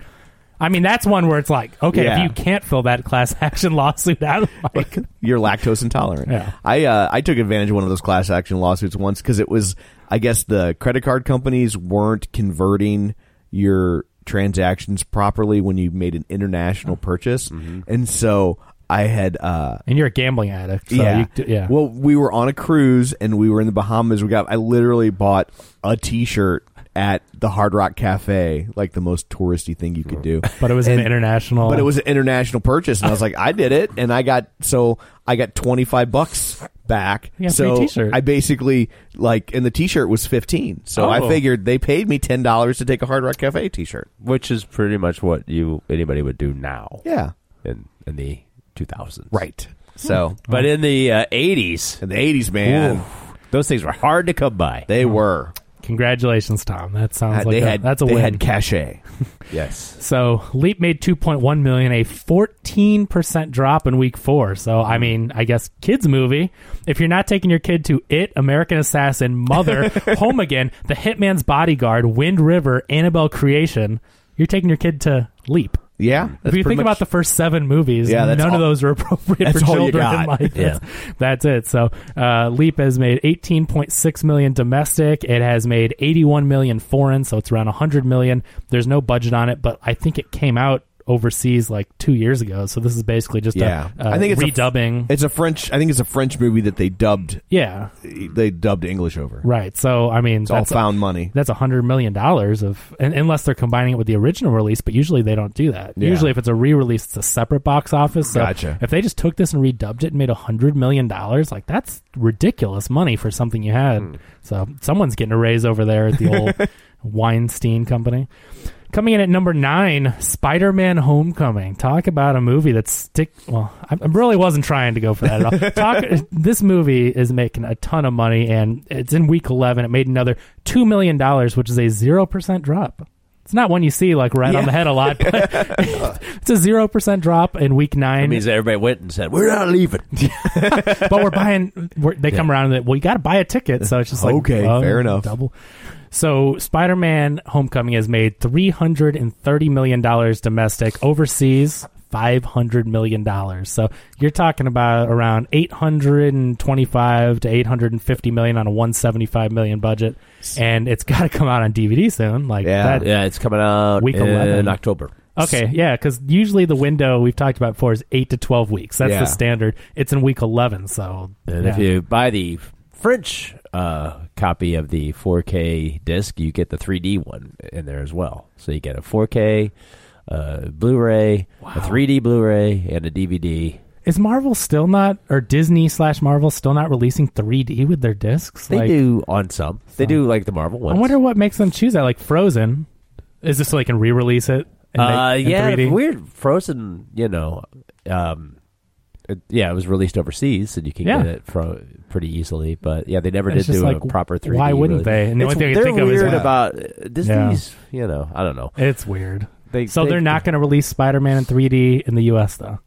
Speaker 2: I mean, that's one where it's like, okay,
Speaker 1: Yeah.
Speaker 2: if you can't fill that class action lawsuit out, like,
Speaker 1: you're lactose intolerant.
Speaker 2: Yeah.
Speaker 1: I uh, I took advantage of one of those class action lawsuits once because it was I guess the credit card companies weren't converting your transactions properly when you made an international purchase,
Speaker 2: Mm-hmm.
Speaker 1: and so I had uh,
Speaker 2: and you're a gambling addict. So
Speaker 1: yeah.
Speaker 2: You, d- yeah.
Speaker 1: Well, we were on a cruise and we were in the Bahamas. We got I literally bought a t-shirt at the Hard Rock Cafe, like the most touristy thing you could do.
Speaker 2: but it was
Speaker 1: and-
Speaker 2: an international.
Speaker 1: But it was an international purchase and I was like, I did it and I got so I got 25 bucks back.
Speaker 2: You got a
Speaker 1: so
Speaker 2: free t-shirt.
Speaker 1: I basically like and the t-shirt was 15. So I
Speaker 2: Oh.
Speaker 1: figured they paid me $10 to take a Hard Rock Cafe t-shirt.
Speaker 3: Which is pretty much what you anybody would do now.
Speaker 1: Yeah.
Speaker 3: In in the two thousands.
Speaker 1: Right. So,
Speaker 2: Hmm.
Speaker 3: But in the uh, eighties,
Speaker 1: in the 80s, man,
Speaker 3: those things were hard to come by.
Speaker 1: they were
Speaker 2: Congratulations, Tom. That sounds like
Speaker 1: Uh, they
Speaker 2: a,
Speaker 1: had
Speaker 2: that's a
Speaker 1: they
Speaker 2: win.
Speaker 1: had cachet.
Speaker 3: yes.
Speaker 2: So Leap made 2.1 million, a 14% drop in week 4. So I mean, I guess kids movie, if you're not taking your kid to It, American Assassin, Mother, Home Again, The Hitman's Bodyguard, Wind River, Annabelle Creation, you're taking your kid to Leap.
Speaker 1: Yeah.
Speaker 2: Hmm. if you think about the first seven movies,
Speaker 1: Yeah, that's
Speaker 2: none
Speaker 1: all-
Speaker 2: of those are appropriate
Speaker 1: that's
Speaker 2: for
Speaker 1: all you
Speaker 2: children.
Speaker 1: got.
Speaker 2: Like,
Speaker 3: Yeah.
Speaker 2: that's, that's it. So, uh, Leap has made 18.6 million domestic. It has made 81 million foreign, so it's around 100 million. There's no budget on it, but I think it came out overseas like two years ago. So this is basically just
Speaker 1: Yeah.
Speaker 2: a, a
Speaker 1: I think it's a-
Speaker 2: uh, redubbing.
Speaker 1: It's a French. I think it's a French movie that they dubbed.
Speaker 2: yeah,
Speaker 1: They dubbed English over.
Speaker 2: right. So I mean,
Speaker 1: It's all
Speaker 2: that's a-
Speaker 1: found money.
Speaker 2: that's a hundred million dollars of un- unless they're combining it with the original release but usually they don't do that
Speaker 1: Yeah.
Speaker 2: usually if it's a re-release it's a separate box office so
Speaker 1: Gotcha.
Speaker 2: if they just took this and redubbed it and made a hundred million dollars like that's ridiculous money for something you had
Speaker 1: Hmm.
Speaker 2: so someone's getting a raise over there at the old weinstein company Coming in at number nine, Spider-Man: Homecoming. Talk about a movie that stick. Well, I, I really wasn't trying to go for that at all. Talk, this movie is making a ton of money, and it's in week eleven. It made another two million dollars, which is a zero percent drop. It's not one you see like right on the head a lot, but it's a zero percent drop in week
Speaker 3: It
Speaker 2: nine.
Speaker 3: means that everybody went and said, We're not leaving.
Speaker 2: but we're buying. We're, they come around and they, well, you got to buy a ticket, so it's just like
Speaker 1: Okay,
Speaker 2: well,
Speaker 1: fair enough.
Speaker 2: Double. So Spider-Man: Homecoming has made three hundred and thirty million dollars domestic, overseas five hundred million dollars. So you're talking about around eight hundred and twenty-five to eight hundred and fifty million on a one seventy-five million budget, and it's got to come out on DVD soon. Like
Speaker 1: Yeah.
Speaker 2: that.
Speaker 3: yeah, it's coming out
Speaker 2: Week
Speaker 3: in
Speaker 2: 11.
Speaker 3: October.
Speaker 2: Okay, yeah, because usually the window we've talked about before is eight to twelve weeks. That's
Speaker 1: Yeah.
Speaker 2: the standard. It's in week eleven, so
Speaker 3: And if
Speaker 2: yeah.
Speaker 3: you buy the French uh, copy of the 4K disc, you get the 3D one in there as well. So you get a 4K uh, Blu-ray, a 3D Blu-ray, and a DVD.
Speaker 2: Is Marvel still not, or Disney slash Marvel still not releasing 3D with their discs?
Speaker 3: They
Speaker 2: Like,
Speaker 3: do on some. They do like the Marvel
Speaker 2: I
Speaker 3: ones.
Speaker 2: wonder what makes them choose that. Like Frozen, is this so they can re-release it? in
Speaker 3: Uh,
Speaker 2: the- in
Speaker 3: yeah,
Speaker 2: 3D?
Speaker 3: weird Frozen. You know, um, it- yeah, it was released overseas, and you can
Speaker 2: Yeah.
Speaker 3: get it from pretty easily. But yeah, they never
Speaker 2: It's
Speaker 3: did
Speaker 2: just
Speaker 3: do
Speaker 2: like,
Speaker 3: a proper three.
Speaker 2: why wouldn't they? And the only thing I can
Speaker 3: they're
Speaker 2: think of is
Speaker 3: weird
Speaker 2: that-
Speaker 3: about uh, Disney's. You know, I don't know.
Speaker 2: It's weird.
Speaker 3: They-
Speaker 2: so
Speaker 3: they-
Speaker 2: they're not going to release Spider-Man in 3D in the U.S. though.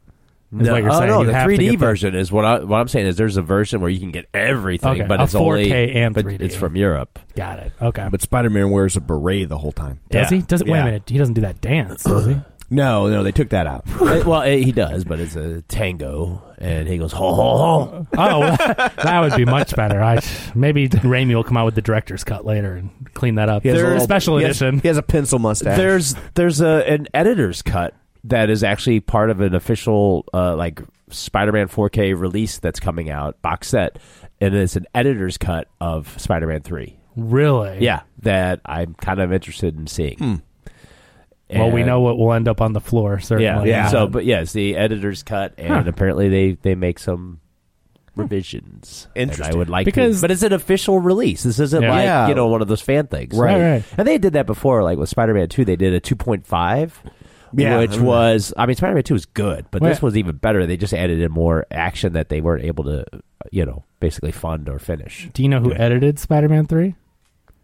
Speaker 2: Is what you're
Speaker 3: oh,
Speaker 2: saying.
Speaker 3: no,
Speaker 2: You
Speaker 3: the
Speaker 2: have to
Speaker 3: 3D
Speaker 2: get the-
Speaker 3: version is what I what I'm saying is there's a version where you can get everything,
Speaker 2: Okay,
Speaker 3: but
Speaker 2: a
Speaker 3: it's only
Speaker 2: 4K and
Speaker 3: but
Speaker 2: 3D.
Speaker 3: it's from Europe.
Speaker 2: Got it. Okay.
Speaker 1: But Spider-Man wears a beret the whole time.
Speaker 2: does
Speaker 3: yeah,
Speaker 2: he? Does it? Wait
Speaker 1: yeah.
Speaker 2: a minute. He doesn't do that dance, does he?
Speaker 1: No, no, they took that out.
Speaker 3: Uh, well, uh, he does, but it's a tango, and he goes ho ho ho.
Speaker 2: Oh, well, that would be much better. I maybe Raimi will come out with the director's cut later and clean that up.
Speaker 1: He has
Speaker 2: There's a
Speaker 1: little-
Speaker 2: special
Speaker 1: he has-
Speaker 2: edition.
Speaker 1: he has a pencil mustache.
Speaker 3: There's there's a an editor's cut that is actually part of an official uh, like Spider-Man 4K release that's coming out box set, and it's an editor's cut of Spider-Man 3.
Speaker 2: Really?
Speaker 3: Yeah, that I'm kind of interested in seeing.
Speaker 2: Well, we
Speaker 3: And-
Speaker 2: know what will end up on the floor,
Speaker 3: Yeah,
Speaker 2: certainly. Uh,
Speaker 3: yeah. So, but yes, the editor's cut, and apparently they they make some revisions. And I
Speaker 1: Interesting.
Speaker 3: would like
Speaker 2: Because-
Speaker 3: to, but it's an official release. This isn't
Speaker 2: Yeah.
Speaker 3: like
Speaker 1: Yeah.
Speaker 3: you know one of those fan things,
Speaker 2: Right. Right, right.
Speaker 3: And they did that before, like with Spider Man Two. They did a two point five.
Speaker 1: Yeah, I
Speaker 3: which
Speaker 1: remember.
Speaker 3: was, I mean, Spider Man Two was good, but this
Speaker 2: Well-
Speaker 3: was even better. They just added in more action that they weren't able to, you know, basically fund or finish.
Speaker 2: Do you know who edited Spider Man 3?